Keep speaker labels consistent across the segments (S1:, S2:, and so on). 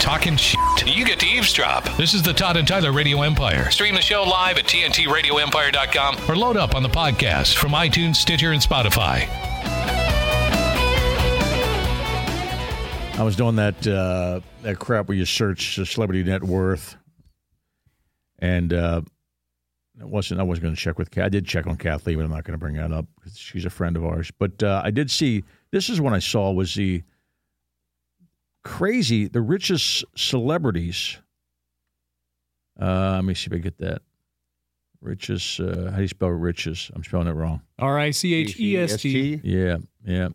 S1: talking shit. You get to eavesdrop. This is the Todd and Tyler Radio Empire. Stream the show live at TNTRadioEmpire.com or load up on the podcast from iTunes, Stitcher, and Spotify.
S2: I was doing that uh, that crap where you search celebrity net worth, and uh, it wasn't. I wasn't going to check with. Kath. I did check on Kathleen, but I'm not going to bring that up because she's a friend of ours. But uh, I did see. This is what I saw was the crazy. The richest celebrities. Uh, let me see if I get that. Richest. Uh, how do you spell riches? I'm spelling it wrong.
S3: R I C H E S T.
S2: Yeah, yeah.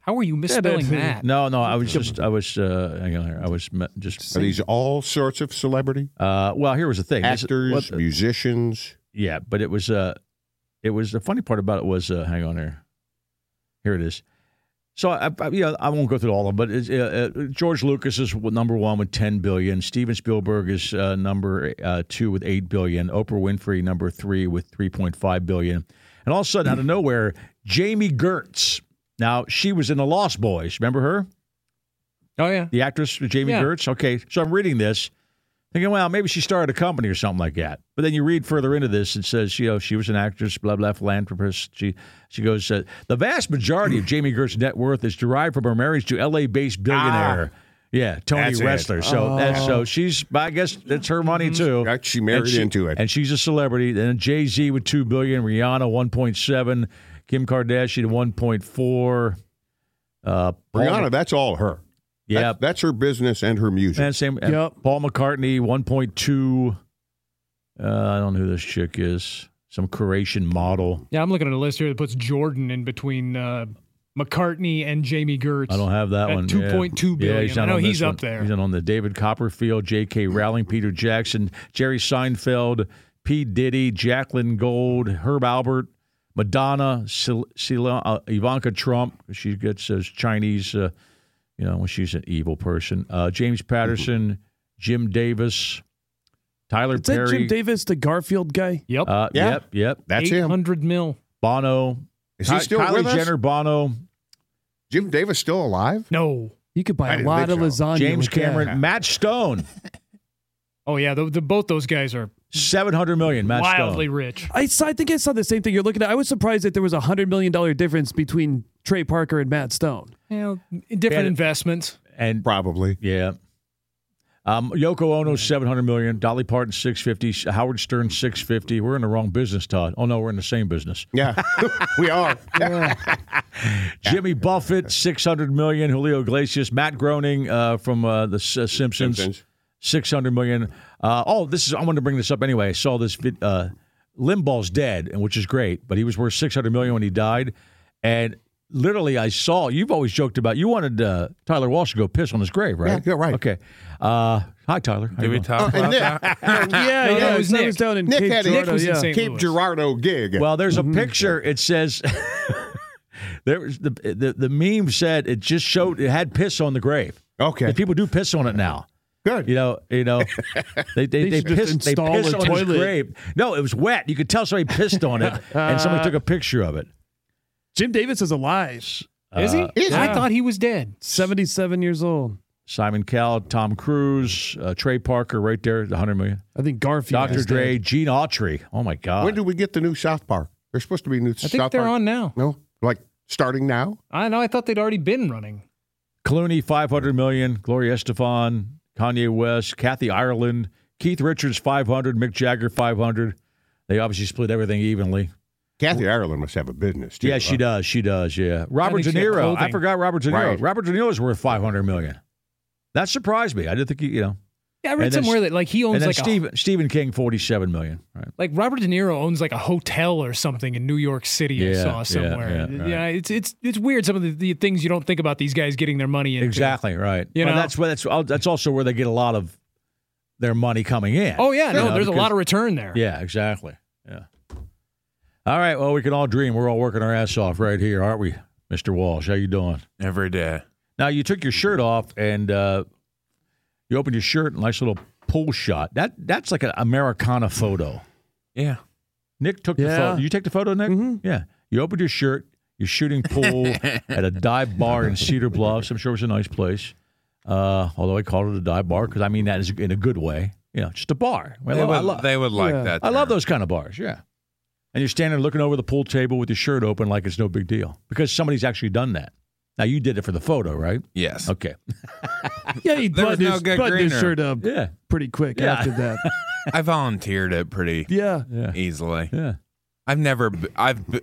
S3: How are you misspelling
S2: Yeah,
S3: that?
S2: No, no. I was just. I was. Uh, hang on here. I was me- just.
S4: Are these all sorts of celebrity
S2: Uh, well, here was the thing. This-
S4: actors,
S2: what-
S4: musicians?
S2: yeah, but it was. Uh, it was the funny part about it was. Uh, hang on here. Here it is. So I, I, you know, I won't go through all of them, but it's, uh, uh, George Lucas is number one with ten billion. Steven Spielberg is uh, number uh, two with eight billion. Oprah Winfrey number three with three point five billion. And all of a sudden, out of nowhere, Jamie Gertz. Now she was in The Lost Boys. Remember her?
S3: Oh, yeah.
S2: The actress Jamie
S3: Yeah.
S2: Gertz. Okay, so I'm reading this, thinking, well, maybe she started a company or something like that. But then you read further into this, it says, you know, she was an actress, blah blah, philanthropist. She she goes, uh, the vast majority of Jamie Gertz's net worth is derived from her marriage to L.A.-based billionaire. Yeah, Tony
S4: Ah. That's it.
S2: Wrestler. So that's so she's. I guess that's her money too.
S4: Right, she married
S2: And
S4: into it.
S2: and she's a celebrity. Then Jay Z with two billion, Rihanna one point seven, Kim Kardashian one point four. Uh, Paul
S4: Brianna, that's all her.
S2: Yeah.
S4: That- that's her business and her music.
S2: And same. and
S5: Yep.
S2: Paul McCartney, 1.2. Uh, I don't know who this chick is. Some Croatian model.
S3: Yeah, I'm looking at a list here that puts Jordan in between uh, McCartney and Jamie Gertz.
S2: I don't have that
S3: At
S2: one.
S3: Two point two billion.
S2: Yeah, he's
S3: I
S2: not
S3: know
S2: on this
S3: he's up
S2: one.
S3: there.
S2: He's not on the David Copperfield, J.K. Rowling, Peter Jackson, Jerry Seinfeld, P. Diddy, Jacqueline Gold, Herb Albert, Madonna, Sil- Sila- uh, Ivanka Trump. She gets those Chinese, uh, you know, when she's an evil person. Uh, James Patterson, Jim Davis, Tyler
S5: Is that
S2: Perry.
S5: Jim Davis, the Garfield guy?
S3: yep.
S2: Uh,
S4: Yeah.
S2: Yep, yep.
S4: that's him.
S3: 800 mil.
S2: Bono.
S4: Is he
S2: Ky-
S4: still
S2: Kylie
S4: with us?
S2: Jenner, Bono,
S4: Jim Davis still alive?
S3: No.
S5: You could
S4: I
S5: buy a
S4: didn't
S5: lot of
S4: think so.
S5: lasagna.
S2: James
S5: with that.
S2: Cameron, Matt Stone,
S3: Oh yeah, the, the, both those guys are
S2: seven hundred million. Matt
S3: wildly
S2: Stone.
S3: rich.
S5: I saw, I think I saw the same thing you're looking at. I was surprised that there was a hundred million dollar difference between Trey Parker and Matt Stone.
S3: You know, different
S2: Yeah.
S3: investments.
S2: and
S4: Probably.
S2: yeah. Um, Yoko Ono, seven hundred million. Dolly Parton, six fifty. Howard Stern, six fifty. We're in the wrong business, Todd. Oh no, we're in the same business.
S4: Yeah, we are.
S2: Jimmy Buffett, six hundred million. Julio Iglesias, Matt Groening uh, from uh, the S- uh, Simpsons,
S4: Simpsons.
S2: six hundred million. Uh, oh, this is. I wanted to bring this up anyway. I saw this. vid- Uh, Limbaugh's dead, and which is great, but he was worth six hundred million when he died. And literally, I saw. You've always joked about. You wanted uh, Tyler Walsh to go piss on his grave, right?
S4: Yeah, yeah, right.
S2: Okay. Uh, hi, Tyler. How you
S6: Did we
S2: doing?
S6: talk
S4: And
S6: about
S4: Nick,
S3: uh,
S6: that?
S5: Yeah,
S3: no,
S5: yeah,
S3: it was
S5: so
S3: Nick.
S5: was down in
S4: Nick
S5: Cape
S4: had it.
S5: Girardeau,
S3: Nick was in
S5: yeah.
S3: St.
S4: Cape
S3: Louis.
S4: Girardeau gig.
S2: Well, there's a picture. It says there was the, the the meme said it just showed it had piss on the grave.
S4: okay,
S2: And people do piss on it now.
S4: good.
S2: You know, you know, they they,
S5: They
S2: they,
S5: should just
S2: pissed they
S5: install
S2: pissed
S5: a
S2: on his
S5: toilet.
S2: grave. No, it was wet. You could tell somebody pissed on it, and somebody took a picture of it.
S5: Jim Davis is alive,
S3: Is he?
S4: Is he?
S2: Uh,
S3: I thought he was dead.
S5: seventy-seven years old.
S2: Simon Cowell, Tom Cruise, uh, Trey Parker, right there, the hundred million.
S5: I think Garfield.
S2: Dr.
S5: is
S2: Dre,
S5: dead.
S2: Gene Autry. Oh my God!
S4: When do we get the new South Park? There's supposed to be new
S3: uh, I
S4: South
S3: think they're
S4: Park.
S3: on now.
S4: No, like starting now.
S3: I know. I thought they'd already been running.
S2: Clooney, five hundred million. Gloria Estefan, Kanye West, Kathy Ireland, Keith Richards, five hundred. Mick Jagger, five hundred. They obviously split everything evenly.
S4: Kathy Ireland must have a business. Too,
S2: Yeah, she
S4: huh?
S2: does. She does. Yeah. Robert De
S3: think she had
S2: Niro. I
S3: clothing.
S2: forgot Robert De Niro.
S4: Right.
S2: Robert De Niro is worth five hundred million. That surprised me. I didn't think he, you know.
S3: Yeah, I read
S2: And then
S3: somewhere
S2: S-
S3: that like he
S2: And
S3: owns
S2: then
S3: like a,
S2: Stephen Stephen King, forty-seven million. Right.
S3: like Robert De Niro owns like a hotel or something in New York City. I
S2: Yeah, yeah,
S3: saw somewhere.
S2: yeah,
S3: Yeah,
S2: right.
S3: it's it's it's weird. Some of the, the things you don't think about these guys getting their money into.
S2: Exactly. Right.
S3: You
S2: Well,
S3: know?
S2: that's where that's that's also where they get a lot of their money coming in.
S3: Oh yeah,
S2: You
S3: no,
S2: know,
S3: there's a
S2: because-
S3: lot of return there.
S2: Yeah, exactly. Yeah. All right. Well, we can all dream. We're all working our ass off right here, aren't we, Mister Walsh? How you doing?
S6: Every day.
S2: Now you took your shirt off and uh, you opened your shirt, nice little pull shot. That that's like an Americana photo.
S6: Yeah.
S2: Nick took the
S5: Yeah.
S2: photo. You take the photo, Nick.
S6: Mm-hmm.
S2: Yeah. You opened your shirt. You're shooting pool at a dive bar in Cedar Bluffs. I'm sure it was a nice place. Uh, although I called it a dive bar because I mean that is in a good way. You know, just a bar. Well,
S6: They
S2: I
S6: would,
S2: love-
S6: they would like
S5: yeah.
S6: that.
S2: I love
S6: there.
S2: those kind of bars, yeah. And you're standing looking over the pool table with your shirt open like it's no big deal because somebody's actually done that. Now you did it for the photo, right?
S6: Yes.
S2: Okay.
S5: Yeah, he
S6: There was
S5: buttoned,
S6: no
S5: his,
S6: good
S5: buttoned his
S6: greener.
S5: shirt up
S2: Yeah.
S5: pretty quick
S2: Yeah.
S5: after that.
S6: I volunteered it pretty
S5: Yeah.
S2: Yeah.
S6: easily.
S2: Yeah.
S6: I've never. b- I've. b-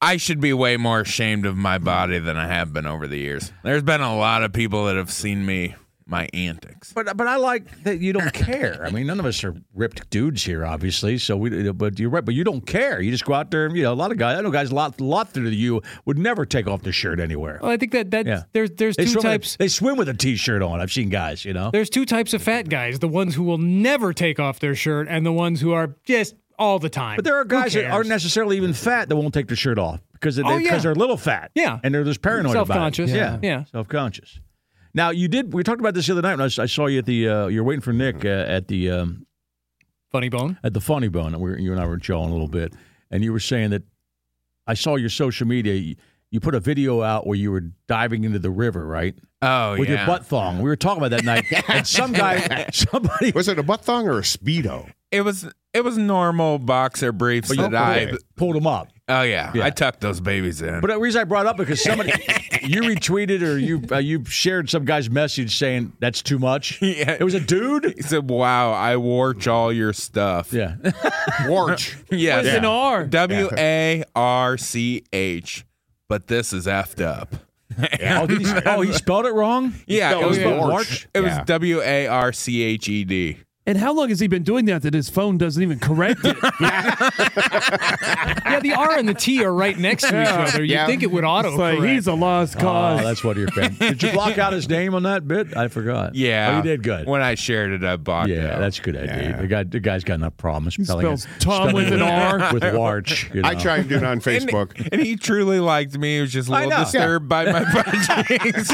S6: I should be way more ashamed of my body than I have been over the years. There's been a lot of people that have seen me my antics.
S2: But but I like that you don't care. I mean, none of us are ripped dudes here, obviously. So we, but you're right. But you don't care. You just go out there and you know a lot of guys. I know guys a lot lot through you would never take off their shirt anywhere.
S3: Well, I think that that
S2: Yeah.
S3: there's there's two
S2: swim with a-
S3: types.
S2: they swim with a t-shirt on. I've seen guys. You know.
S3: There's two types of fat guys: the ones who will never take off their shirt, and the ones who are just all the time.
S2: But there are
S3: Who
S2: guys that
S3: cares?
S2: aren't necessarily even fat that won't take their shirt off because they,
S3: Oh, yeah.
S2: because they're a little fat.
S3: Yeah.
S2: and they're just paranoid. about it.
S3: Self-conscious.
S2: Yeah.
S3: Yeah. Yeah.
S2: Self conscious. Now you did. We talked about this the other night when I, s- I saw you at the. Uh, you're waiting for Nick uh, at the um,
S3: funny bone.
S2: at the Funny Bone. And we, you and I were jawing a little bit, and you were saying that I saw your social media. You, you put a video out where you were diving into the river, right?
S6: Oh
S2: With
S6: yeah.
S2: your butt thong. We were talking about that night, and some guy, somebody.
S4: Was it a butt thong or a speedo?
S6: It was. It was normal boxer briefs
S2: But you
S6: that I.
S2: pulled- pulled him up.
S6: Oh yeah,
S2: Yeah.
S6: I tucked those babies in.
S2: But uh, the reason I brought it up because somebody you retweeted or you uh, you shared some guy's message saying that's too much.
S6: Yeah.
S2: It was a dude.
S6: he said, "Wow, I warch all your stuff."
S2: Mm-hmm. Yeah,
S4: Warch.
S6: Yes.
S5: With an R.
S6: W A R C H. But this is effed up.
S2: Oh, did he, oh, he spelled it wrong.
S6: Yeah,
S4: it was
S6: spelled
S4: Warch.
S6: It
S4: Yeah.
S6: was W A R C H E D.
S5: And how long has he been doing that that his phone doesn't even correct it?
S3: Yeah, the R and the T are right next to each other. You
S4: Yeah.
S3: would think it would auto
S5: It's like, he's a lost
S2: Oh,
S5: cause.
S2: that's one of your fans. Did you block out his name on that bit? I forgot.
S6: Yeah,
S2: oh, you did good.
S6: When I shared it, I bought it.
S2: yeah, that's a good idea. The guy, the guy's got enough problems.
S5: He spells Tom with an R.
S2: with Warch. You know.
S4: I tried it on Facebook.
S6: And he truly liked me. He was just a
S2: I
S6: little
S2: know.
S6: disturbed by my budgings.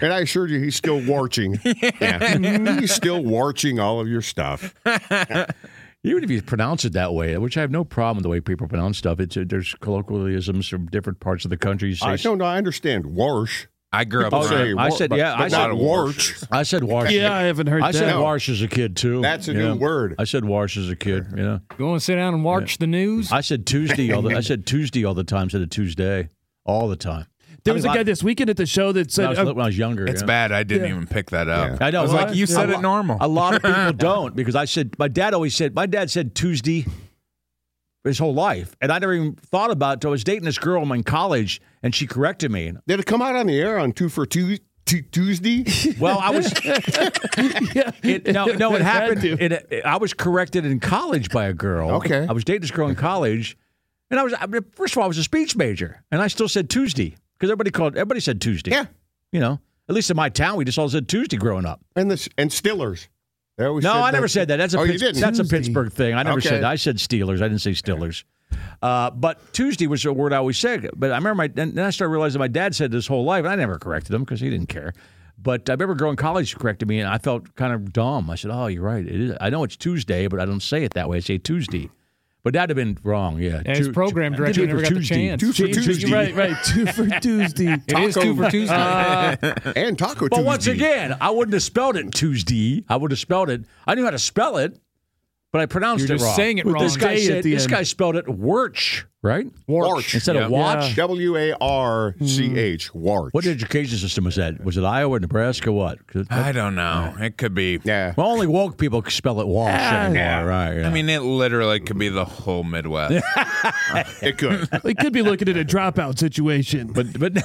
S4: And I assured you, he's still warching. Yeah. he's still warching all of your stuff.
S2: Even if you pronounce it that way, which I have no problem with the way people pronounce stuff. It's uh, there's colloquialisms from different parts of the country. You say
S4: I don't know. I understand warch.
S6: I grew up
S2: Oh,
S6: around
S2: sorry. I said- yeah, I
S4: I
S2: said
S4: not
S6: warch.
S4: warch.
S2: I said Warsh.
S5: Yeah, I haven't heard
S2: I
S5: that.
S2: said
S4: No.
S2: Warsh as a kid too.
S4: That's a
S2: you
S4: new
S2: know?
S4: word.
S2: I said Warsh as a kid. You know,
S3: Go and sit down and watch the news.
S2: I said Tuesday all the. I said Tuesday all the time instead of Tuesday all the time.
S5: There
S2: I
S5: was
S2: mean,
S5: a guy
S2: like-
S5: this weekend at the show that
S2: When
S5: said,
S2: I was,
S5: uh,
S2: li- when I was younger.
S6: It's
S2: yeah.
S6: bad. I didn't even pick that up.
S2: I know.
S6: I was
S2: well,
S6: like, you said
S2: a
S6: it
S2: lo-
S6: normal.
S2: A lot of people don't because I said my dad always said my dad said Tuesday his whole life, and I never even thought about it. Till I was dating this girl in college, and she corrected me. And,
S4: Did it come out on the air on two for two, two Tuesday?
S2: well, I was It, no, no, it
S5: had
S2: happened.
S5: to.
S2: It, it- I was corrected in college by a girl.
S4: Okay.
S2: I was dating this girl in college, and I was I mean, first of all, I was a speech major, and I still said Tuesday because everybody called everybody said Tuesday.
S4: Yeah.
S2: you know, at least in my town, we just all said Tuesday growing up.
S4: And this and Stillers. They always
S2: No,
S4: said
S2: I never
S4: that-
S2: said that. That's a
S4: oh,
S2: Pitts-
S4: you didn't.
S2: that's a
S5: Tuesday.
S2: Pittsburgh thing. I never
S4: Okay.
S2: said. That. I said Steelers. I didn't say Steelers. Uh, but Tuesday was a word I always said. But I remember my and then I started realizing my dad said this whole life, and I never corrected him because he didn't care. But I remember a girl in college who corrected me, and I felt kind of dumb. I said, "Oh, you're right. It is. I know it's Tuesday, but I don't say it that way. I say Tuesday." But that'd have been wrong. Yeah,
S3: Yeah, his
S2: Ju-
S3: program
S2: Ju-
S3: director
S2: Ju-
S3: never got the
S2: Tuesday.
S3: chance.
S4: Two for
S2: Ju-
S4: Tuesday.
S2: Tuesday.
S5: Right, right. Two for Tuesday.
S3: It is two for Tuesday.
S4: and Taco
S2: But
S4: Tuesday.
S2: once again, I wouldn't have spelled it Tuesday. I would have spelled it. I knew how to spell it, but I pronounced
S3: You're
S2: it
S3: just
S2: wrong.
S3: saying it
S2: With This
S3: wrong.
S2: guy,
S5: Day at
S2: said,
S5: the
S2: this
S5: end.
S2: guy spelled it Wirch, right?
S4: Warch.
S2: Instead
S6: Yeah.
S2: of watch.
S4: W A R C H. Warch.
S2: What education system was that? Was it Iowa, Nebraska, what? 'Cause-
S6: I don't know. It could be.
S4: Yeah.
S2: Well, only woke people could spell it Walsh anymore, right? yeah.
S6: I mean, it literally could be the whole Midwest.
S4: It could.
S5: We could be looking at a dropout situation. But
S2: but but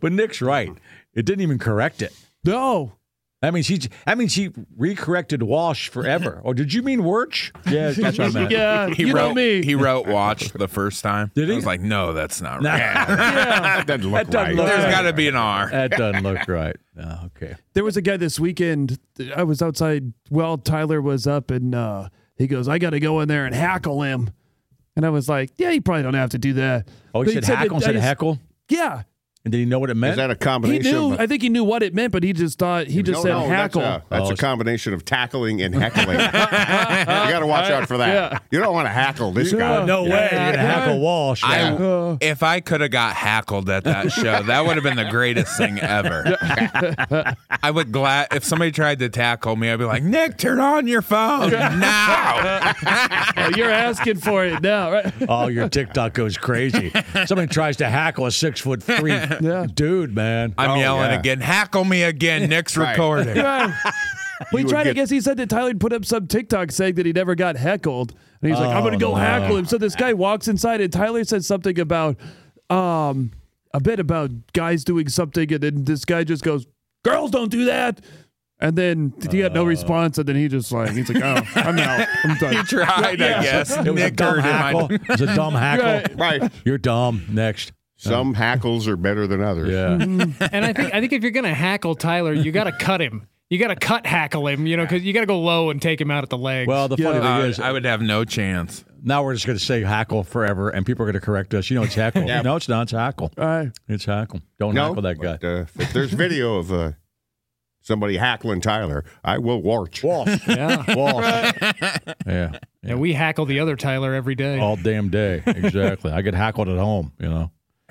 S2: but Nick's right. It didn't even correct it.
S5: no.
S2: That means he. That means he recorrected Walsh forever. Or did you mean Wirch? Yeah, that's what I meant.
S5: Yeah, you
S6: wrote
S5: know me.
S6: He wrote "Watch" the first time.
S2: Did he?
S6: I was like, "No, that's not
S2: Nah.
S6: right.
S4: that doesn't look
S2: That doesn't
S4: right.
S2: look
S6: There's
S2: right.
S6: got to be an R."
S2: That doesn't look right. No, okay.
S5: There was a guy this weekend. I was outside while Tyler was up, and uh, he goes, "I got to go in there and hackle him." And I was like, "Yeah, you probably don't have to do that."
S2: Oh,
S5: But
S2: he said
S5: that-
S2: hackle
S5: I
S2: instead of
S5: just-
S2: heckle.
S5: Yeah,
S2: And did he know what it meant?
S4: Is that a
S5: he
S4: combination?
S5: knew.
S4: of
S5: I think he knew what it meant, but he just thought he just
S4: No,
S5: said
S4: no,
S5: hackle.
S4: That's, a, that's
S2: Oh.
S4: a combination of tackling and heckling. you got to watch out for that.
S5: Yeah.
S4: You don't want to hackle this guy.
S2: Uh, no way. You're gonna
S5: Yeah.
S2: hackle Walsh.
S6: I,
S2: Yeah.
S6: if I could have got hackled at that show, that would have been the greatest thing ever. I would glad if somebody tried to tackle me, I'd be like, Nick, turn on your phone now.
S5: Oh, you're asking for it now, right?
S2: Oh, your TikTok goes crazy. Somebody tries to hackle a six foot three dude, man.
S6: I'm
S4: Oh,
S6: yelling
S4: yeah.
S6: again, hackle me again. Nick's
S4: Right.
S6: recording.
S5: We
S4: would
S5: tried. I
S4: get-
S5: guess he said that Tyler had put up some TikTok saying that he never got heckled, and he's like, "I'm gonna go
S2: Oh, no.
S5: hackle him." So this guy walks inside, and Tyler said something about, um, a bit about guys doing something, and then this guy just goes, "Girls don't do that." And then he got
S2: Uh.
S5: no response, and then he just like he's like, "Oh, I'm out. I'm done."
S6: He tried, I guess.
S2: It was a
S6: Nick
S2: dumb
S6: heard him. I-
S2: hackle. It was a dumb hackle.
S4: Right.
S2: You're dumb. Next.
S4: Some hackles are better than others.
S2: Yeah.
S3: and I think I think if you're gonna hackle Tyler, you gotta cut him. You gotta cut hackle him. You know, because you gotta go low and take him out at the legs.
S2: Well, the funny
S6: I
S2: thing
S6: would-
S2: is,
S6: Uh, I would have no chance.
S2: now we're just going to say hackle forever, and people are going to correct us. You know, it's hackle. No, it's not. It's hackle.
S5: All right.
S2: It's hackle. Don't
S4: No.
S2: hackle that guy.
S4: But, uh, if there's video of uh, somebody hackling Tyler, I will watch.
S2: Walsh.
S3: yeah.
S2: Walsh. yeah. Oh.
S3: And we hackle the other Tyler every day.
S2: All damn day. Exactly. I get hackled at home, you know.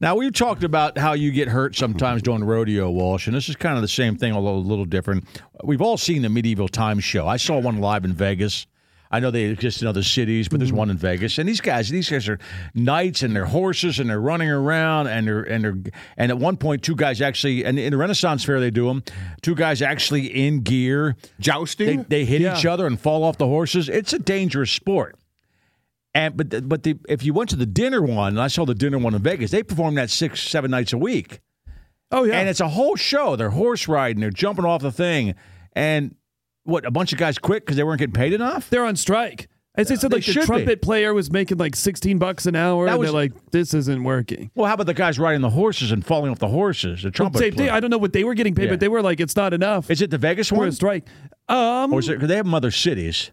S2: Now we've talked about how you get hurt sometimes doing rodeo, Walsh, and this is kind of the same thing, although a little different. We've all seen the medieval times show. I saw one live in Vegas. I know they exist in other cities, but there's one in Vegas. And these guys, these guys are knights and they're horses and they're running around and they're and they're and at one point two guys actually and in the Renaissance fair they do them. Two guys actually in gear. They,
S4: Jousting?
S2: they hit
S5: Yeah.
S2: each other and fall off the horses. It's a dangerous sport. And but the, but the if you went to the dinner one, and I saw the dinner one in Vegas, they perform that six seven nights a week,
S5: Oh yeah.
S2: and it's a whole show. They're horse riding, they're jumping off the thing, and what a bunch of guys quit because they weren't getting paid enough.
S5: they're on strike. As they said,
S2: They
S5: like the
S2: should be.
S5: trumpet player was making like 16 bucks an hour,
S2: That
S5: and
S2: was-
S5: they're like, "This isn't working."
S2: Well, how about the guys riding the horses and falling off the horses? The trumpet.
S5: Same thing.
S2: player.
S5: I don't know what they were getting paid,
S2: Yeah.
S5: but they were like, "It's not enough."
S2: Is it the Vegas
S5: We're
S2: one?
S5: a strike. Um,
S2: Or is it? Cause they have them other cities,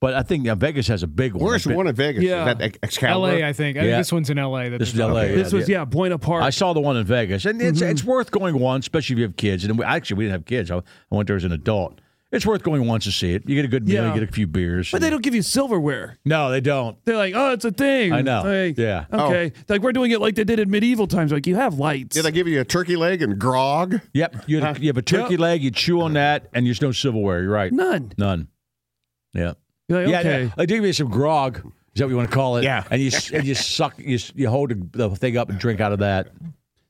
S2: but I think uh, Vegas has a big one.
S4: Where's
S2: A bit-
S4: one in Vegas?
S5: Yeah.
S4: Is that Ex- Excalibur?
S3: L.A. I think. I think
S2: Yeah.
S3: this one's in L.A. That
S2: This is
S3: they're-
S2: L.A.
S5: this
S2: yeah,
S5: was
S2: yeah.
S5: yeah, Buena Park. Mm-hmm.
S2: I saw the one in Vegas, and it's it's worth going once, especially if you have kids. And we, actually, we didn't have kids. I, I went there as an adult. It's worth going once to see it. You get a good meal,
S5: Yeah.
S2: you get a few beers.
S5: But they don't give you silverware.
S2: No, they don't.
S5: They're like, oh, it's a thing.
S2: I know.
S5: Like,
S2: Yeah.
S5: Okay. Like we're doing it like they did in medieval times. Like you have lights.
S4: Did I give you a turkey leg and grog?
S2: Yep. You, had a- you have a turkey
S5: Yep.
S2: leg. You chew on that, and there's no silverware. You're right.
S5: None.
S2: None. Yeah.
S5: You're like,
S2: Yeah.
S5: okay.
S2: yeah. I did give you some grog. Is that what you want to call it?
S4: Yeah.
S2: And you s- and you suck. You s- you hold the the thing up and drink out of that.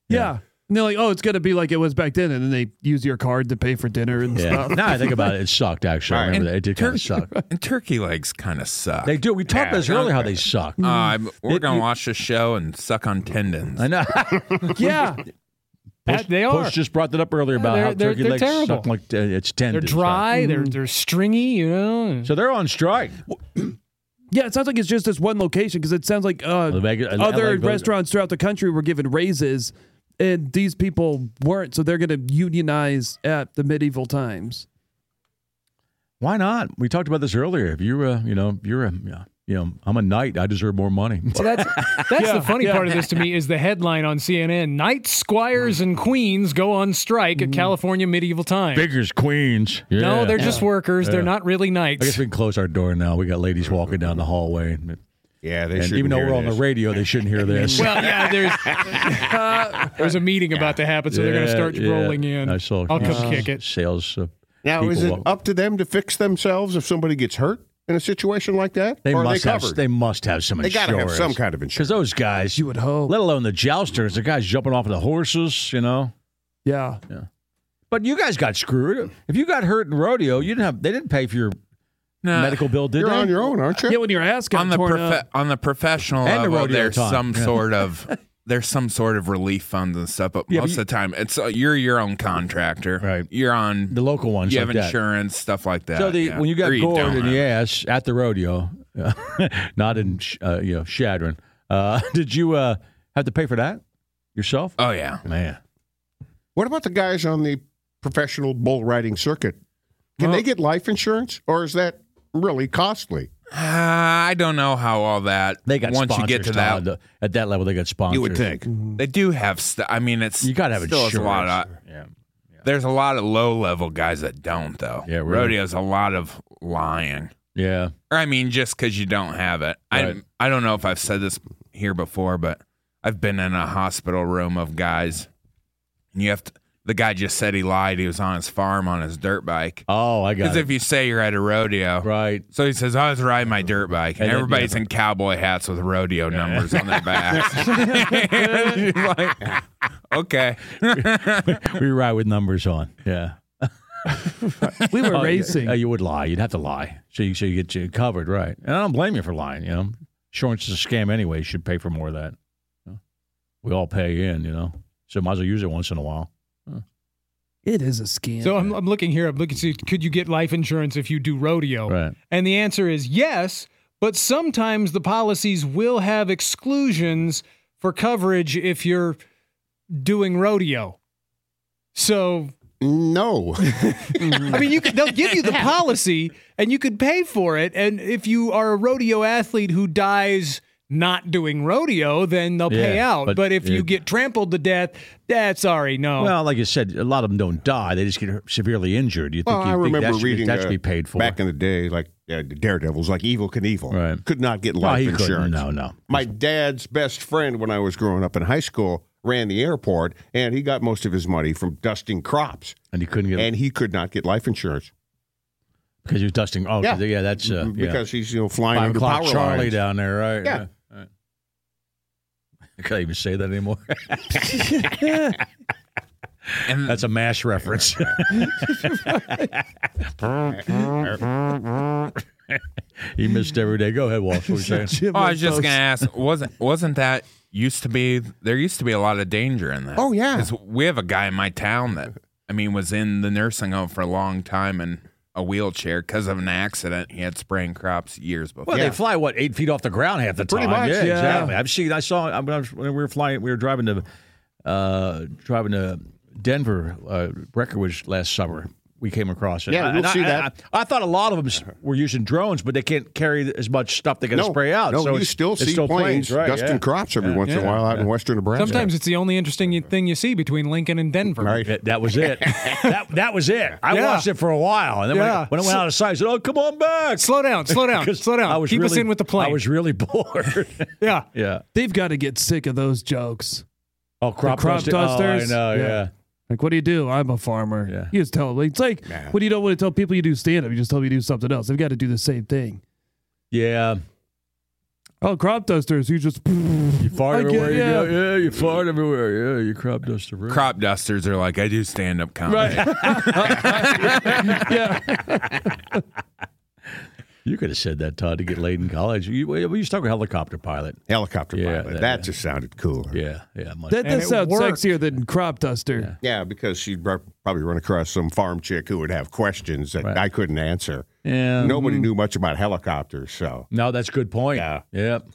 S5: Yeah. And they're like, oh, it's going to be like it was back then. And then they use your card to pay for dinner and
S2: Yeah.
S5: stuff.
S2: now I think about it, it sucked actually. I remember that. It did kind of suck.
S6: And turkey legs kind of suck.
S2: They do. We talked about this earlier how they suck. Mm.
S6: Uh, I'm- we're
S2: It-
S6: gonna
S2: it-
S6: watch the show and suck on tendons.
S2: I know.
S5: yeah.
S2: Push,
S3: That- they are.
S2: Push just brought that up earlier about
S3: they're-
S2: how
S3: they're-
S2: turkey
S3: they're
S2: legs
S3: terrible.
S2: suck like uh, it's
S3: They're
S2: tendon.
S3: dry. They're they're stringy. You know. and-
S2: So they're on strike.
S5: Yeah, it sounds like it's just this one location because it sounds like uh,
S2: The Vegas- uh, LA
S5: other
S2: Vegas-
S5: restaurants throughout the country were given raises, and these people weren't. So they're going to unionize at the medieval times.
S2: Why not? We talked about this earlier. If you're a, you know, if you're a, you know, I'm a knight. I deserve more money.
S3: Well, that's that's the funny part of this to me is the headline on CNN: Knight squires and queens go on strike at California medieval times.
S2: Biggers, queens. Yeah.
S3: No, they're just workers. They're
S2: Yeah.
S3: not really
S2: I guess
S3: knights.
S2: we can close our door now. We got ladies walking down the hallway, and,
S4: Yeah, they
S2: and
S4: should.
S2: even though we're on the radio, they shouldn't hear this.
S3: Well, yeah, there's there's a meeting about to happen, so they're going to
S2: Yeah,
S3: start
S2: yeah.
S3: rolling in.
S2: I saw.
S3: I'll
S2: yeah,
S3: come kick it.
S2: Sales. Uh,
S4: Now, is
S2: people
S4: it
S2: walk-
S4: up to them to fix themselves if somebody gets hurt in a situation like that?
S2: They
S4: or
S2: must
S4: are they
S2: have.
S4: covered?
S2: They must have some
S4: They
S2: insurance.
S4: gotta have some kind of
S2: Because
S4: insurance.
S2: those guys,
S5: You would hope.
S2: let alone the jousters, the guys jumping off of the horses, you know.
S5: Yeah.
S2: But you guys got screwed. If you got hurt in rodeo, you didn't have. They didn't pay for your
S6: No,
S2: medical bill, did
S4: You're
S2: they?
S4: on your own, aren't you?
S5: Yeah, when your ass got
S6: on the
S5: torn
S6: profe-
S5: up.
S6: on the professional
S2: And the
S6: level,
S2: rodeo
S6: there's
S2: time.
S6: some
S2: Yeah.
S6: sort of there's some sort of relief funds and stuff, but
S2: Yeah, but
S6: most
S2: you-
S6: of the time it's uh, you're your own contractor.
S2: Right.
S6: You're on
S2: the local ones.
S6: you
S2: like
S6: have
S2: that.
S6: insurance, stuff like that.
S2: So the,
S6: yeah.
S2: when you got
S6: Or
S2: gored
S6: don't
S2: in
S6: have
S2: the
S6: it.
S2: ass at the rodeo, not in sh- uh, you know Shadron, uh, did you uh, have to pay for that yourself?
S6: Oh yeah.
S2: Man,
S4: What about the guys on the professional bull riding circuit? Can they get life insurance, or is that really costly?
S6: Uh, I don't know how all that
S2: they got
S6: once you get
S2: sponsors,
S6: to that
S2: Todd. at that level, they got sponsors.
S4: You would think.
S6: They do have stuff. I mean, it's
S2: you got to have
S6: still
S2: insurance.
S6: is a lot of-
S2: yeah.
S6: There's a lot of low level guys that don't though.
S2: Yeah, really.
S6: rodeo's a lot of lying.
S2: yeah,
S6: Or I mean, just because you don't have it.
S2: Right.
S6: I I don't know if I've said this here before, but I've been in a hospital room of guys, and you have to. The guy just said he lied. He was on his farm on his dirt bike.
S2: Oh, I got
S6: Because
S2: it.
S6: if you say you're at a rodeo,
S2: right.
S6: so he says, I was riding my dirt bike, and,
S2: And then-
S6: everybody's in cowboy hats with rodeo numbers on their backs. You're like, okay.
S2: we ride with numbers on. Yeah.
S5: We were
S2: Oh, yeah.
S5: racing.
S2: Uh, you would lie. You'd have to lie. So you so you get you covered, right? And I don't blame you for lying. You know, insurance is a scam anyway. You should pay for more of that. We all pay in, you know. So might as well use it once in a while.
S5: It is a scam.
S3: So I'm, Oh, I'm looking here. I'm looking. See, could you get life insurance if you do rodeo?
S2: Right.
S3: And the answer is yes, but sometimes the policies will have exclusions for coverage if you're doing rodeo. So
S4: No.
S3: I mean, you could, they'll give you the policy and you could pay for it. And if you are a rodeo athlete who dies not doing rodeo, then they'll pay
S2: Yeah,
S3: out.
S2: but
S3: But, if you
S2: it-
S3: get trampled to death, that's sorry,
S4: Oh.
S3: no.
S2: Well, like you said, a lot of them don't die. They just get severely injured. You think
S4: Well,
S2: you
S4: I
S2: think
S4: remember
S2: that should,
S4: reading
S2: that should
S4: uh,
S2: be paid for.
S4: back in the day, like uh, the Daredevils, like Evil Knievel,
S2: Right.
S4: could not get
S2: No,
S4: life
S2: he couldn't.
S4: insurance.
S2: No, no.
S4: My dad's best friend when I was growing up in high school ran the airport, and he got most of his money from dusting crops,
S2: and you couldn't get
S4: and he could not get life insurance
S2: because you're dusting. Oh, yeah,
S4: Yeah.
S2: yeah that's uh, yeah.
S4: because he's you know flying
S2: five
S4: under power
S2: o'clock Charlie
S4: lines.
S2: down there, right?
S4: Yeah.
S2: right. I can't even say that anymore.
S6: And
S2: That's a mash reference. you missed every day. Go ahead, Walsh. What were you saying?
S5: Jim
S6: oh, I was just
S5: folks.
S6: gonna ask, wasn't wasn't that used to be? There used to be a lot of danger in that.
S4: Oh, yeah.
S6: 'Cause we have a guy in my town that I mean was in the nursing home for a long time in a wheelchair because of an accident. He had spraying crops years before.
S2: Well,
S4: Yeah.
S2: they fly what eight feet off the ground half the
S4: Pretty
S2: time.
S4: much,
S2: yeah,
S5: yeah.
S2: exactly. I've seen. I saw I- when, I was, when we were flying. We were driving to uh, driving to Denver, uh, Breckenridge last summer. We came across it.
S4: Yeah,
S2: I-
S4: you'll
S2: and I,
S4: see
S2: I-
S4: that.
S2: I, I thought a lot of them s- were using drones, but they can't carry as much stuff they got to
S4: No,
S2: spray out.
S4: No,
S2: so
S4: you
S2: it's-
S4: still
S2: it's
S4: see
S2: still
S4: planes,
S2: right,
S4: dusting
S2: yeah.
S4: crops every once in a while out in western Nebraska.
S3: Sometimes it's the only interesting y- thing you see between Lincoln and Denver.
S4: Right.
S2: That, that was it. that, that was it. I
S3: Yeah.
S2: watched it for a while, and then when,
S3: Yeah.
S2: it, when it went out of sight, I said, "Oh, come on back."
S3: Slow down, slow down,
S2: 'Cause
S3: slow down.
S2: I was
S3: Keep us
S2: really-
S3: in with the plane.
S2: I was really bored.
S3: yeah.
S2: yeah.
S5: They've got to get sick of those jokes.
S2: Oh, crop,
S5: crop
S2: dusting. Oh,
S5: dusters?
S2: I know.
S5: Yeah.
S2: Yeah.
S5: Like, what do you do? I'm a farmer.
S2: Yeah.
S5: You just tell them. It's like, what do you don't want to tell people you do stand up? You just tell them you do something else. They've got to do the same thing.
S2: Yeah.
S5: Oh, crop dusters. You just
S2: You fart
S5: I get-
S2: everywhere
S5: yeah.
S2: you go. Yeah, you fart everywhere. Yeah, you crop dust everywhere.
S6: Crop dusters are like, I do stand up comedy.
S5: right.
S2: You could have said that, Todd, to get laid in college. You, well, you stuck a helicopter pilot.
S4: Helicopter
S2: Yeah,
S4: pilot.
S2: that-
S4: That, just sounded cooler. Yeah,
S2: Yeah, yeah. Much.
S5: That
S3: And
S5: does
S3: it
S5: sound
S3: worked.
S5: sexier than crop duster.
S4: because she'd prob- probably run across some farm chick who would have questions that I couldn't answer.
S2: yeah. Mm-hmm.
S4: Nobody knew much about helicopters, so
S2: No, that's a good point.
S4: Yeah.
S2: Yep.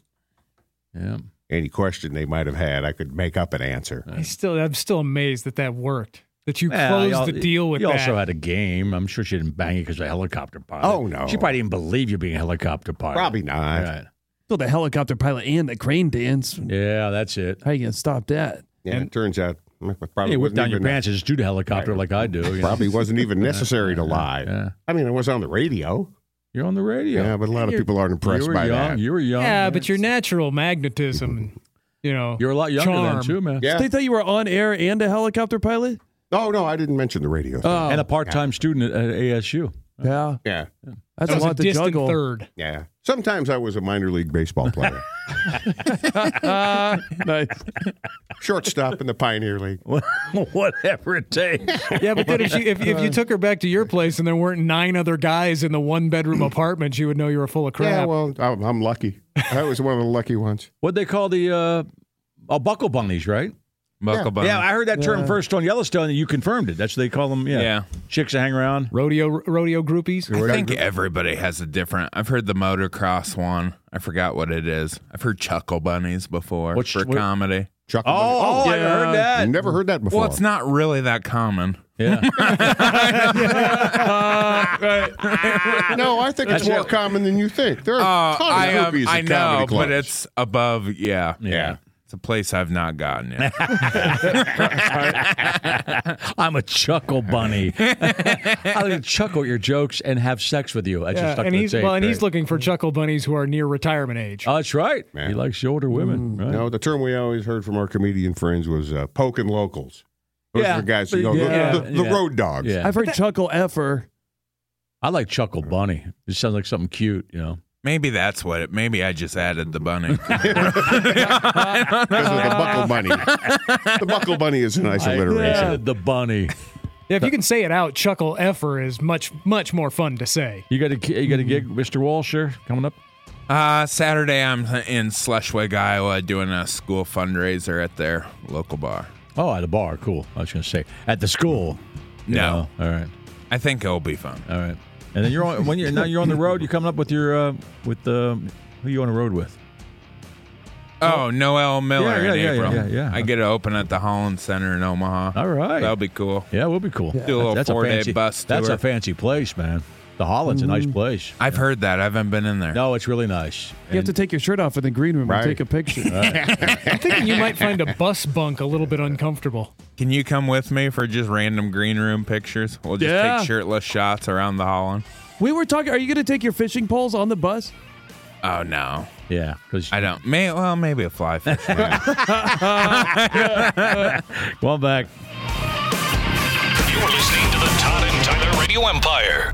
S2: Yep.
S4: any question they might have had, I could make up an answer.
S3: I still, I'm still amazed that that worked. That you
S2: Well,
S3: closed
S2: y'all-
S3: the deal with
S2: You
S3: that.
S2: also had a game. I'm sure she didn't bang you because of a helicopter pilot.
S4: Oh, no.
S2: She probably didn't believe you being a helicopter pilot.
S4: Probably not.
S2: Right.
S5: Still the helicopter pilot and the crane dance.
S2: Yeah, that's it.
S5: How you gonna stop that?
S4: Yeah, it turns out I probably
S2: You whip
S4: wouldn't
S2: down your
S4: even-
S2: pants and just do the helicopter like I do. you know.
S4: Probably wasn't even necessary to lie.
S2: Yeah.
S4: I mean, it was on the radio.
S2: You're on the radio.
S4: Yeah, but a lot of people aren't impressed
S2: you were
S4: by
S2: young.
S4: that.
S2: You were young.
S3: yeah, but your natural magnetism, you know.
S2: You're a lot younger
S3: charm.
S2: than too, man.
S4: yeah.
S5: They thought you were on air and a helicopter pilot.
S4: Oh no, I didn't mention the radio. thing.
S5: Oh,
S2: And a part-time student at, at ASU.
S5: yeah,
S4: yeah,
S3: That
S5: that's a
S3: was a
S5: lot to
S3: distant
S5: juggle.
S3: third.
S4: yeah. Sometimes I was a minor league baseball player,
S5: Ah, nice.
S4: shortstop in the Pioneer League.
S2: Whatever it takes.
S3: Yeah, but then if you if, if you took her back to your place and there weren't nine other guys in the one bedroom apartment, you would know you were full of crap.
S4: Yeah, well, I'm, I'm lucky. I was one of the lucky ones.
S2: What they call the uh, oh, buckle bunnies, right?
S6: Buckle bone.
S2: Yeah, I heard that term first on Yellowstone, and you confirmed it. That's what they call them. Yeah,
S6: Yeah.
S2: chicks that hang around.
S3: rodeo rodeo groupies.
S6: I think everybody has a different. I've heard the motocross one. I forgot what it is. I've heard chuckle bunnies before
S2: What's-
S6: for
S2: what-
S6: comedy.
S4: Chuck
S2: Oh, I
S5: yeah.
S2: heard that.
S4: never heard that before.
S6: Well, it's not really that common.
S2: Yeah,
S4: no, I think it's more common than you think. There are
S6: Uh,
S4: a ton of
S6: I, um,
S4: groupies
S6: I
S4: at comedy
S6: know,
S4: clubs.
S6: but it's above. Yeah,
S2: Yeah.
S6: It's a place I've not gotten yet.
S2: I'm a chuckle bunny. I like to chuckle at your jokes and have sex with you. I just
S3: Yeah,
S2: stuck
S3: and
S2: to the
S3: he's
S2: tape,
S3: well, and he's
S2: right?
S3: looking for chuckle bunnies who are near retirement age.
S2: Oh, that's right. He likes older women. Right?
S4: Mm. no, the term we always heard from our comedian friends was uh, poking locals. Those
S2: Yeah.
S4: were guys who go,
S2: Yeah.
S4: the, the
S2: Yeah.
S4: road dogs.
S2: Yeah,
S5: I've heard chuckle effer.
S2: I like chuckle bunny. It sounds like something cute, you know.
S6: Maybe that's what it. Maybe I just added the bunny.
S4: Because of the buckle bunny. the buckle bunny is a nice alliteration.
S2: The bunny.
S3: Yeah, if you can say it out, chuckle effer is much much more fun to say.
S2: You got a gi- you got a gig, Mr. Walsh, here coming up.
S6: uh, Saturday, I'm in Schleswig, Iowa, doing a school fundraiser at their local bar.
S2: Oh, at a bar. Cool. I was going to say at the school. you
S6: No,
S2: know. All right.
S6: I think it'll be fun.
S2: All right. And then you're on when you now you're on the road. You're coming up with your uh, with the who you on the road with?
S6: Oh, Noel
S2: Yeah,
S6: Miller
S2: yeah,
S6: in
S2: yeah,
S6: April.
S2: yeah, yeah.
S6: I get to open at the Holland Center in Omaha.
S2: All right.
S6: That'll be cool.
S2: Yeah, we'll be cool.
S6: Do a little four-day
S2: fancy,
S6: bus
S2: That's
S6: tour.
S2: a fancy place, man. The Holland's a nice place.
S6: I've heard that. I haven't been in there.
S2: No, it's really nice.
S5: You have to take your shirt off in the green room
S4: Right. Uh.
S5: and take a picture.
S3: I'm thinking you might find a bus bunk a little bit uncomfortable.
S6: Can you come with me for just random green room pictures? We'll just
S5: Yeah.
S6: take shirtless shots around the Holland.
S5: We were talking. Are you going to take your fishing poles on the bus?
S6: Oh no,
S2: Yeah, because
S6: I don't. May well maybe a fly fish.
S2: well back.
S1: You're listening to the Todd and Tyler Radio Empire.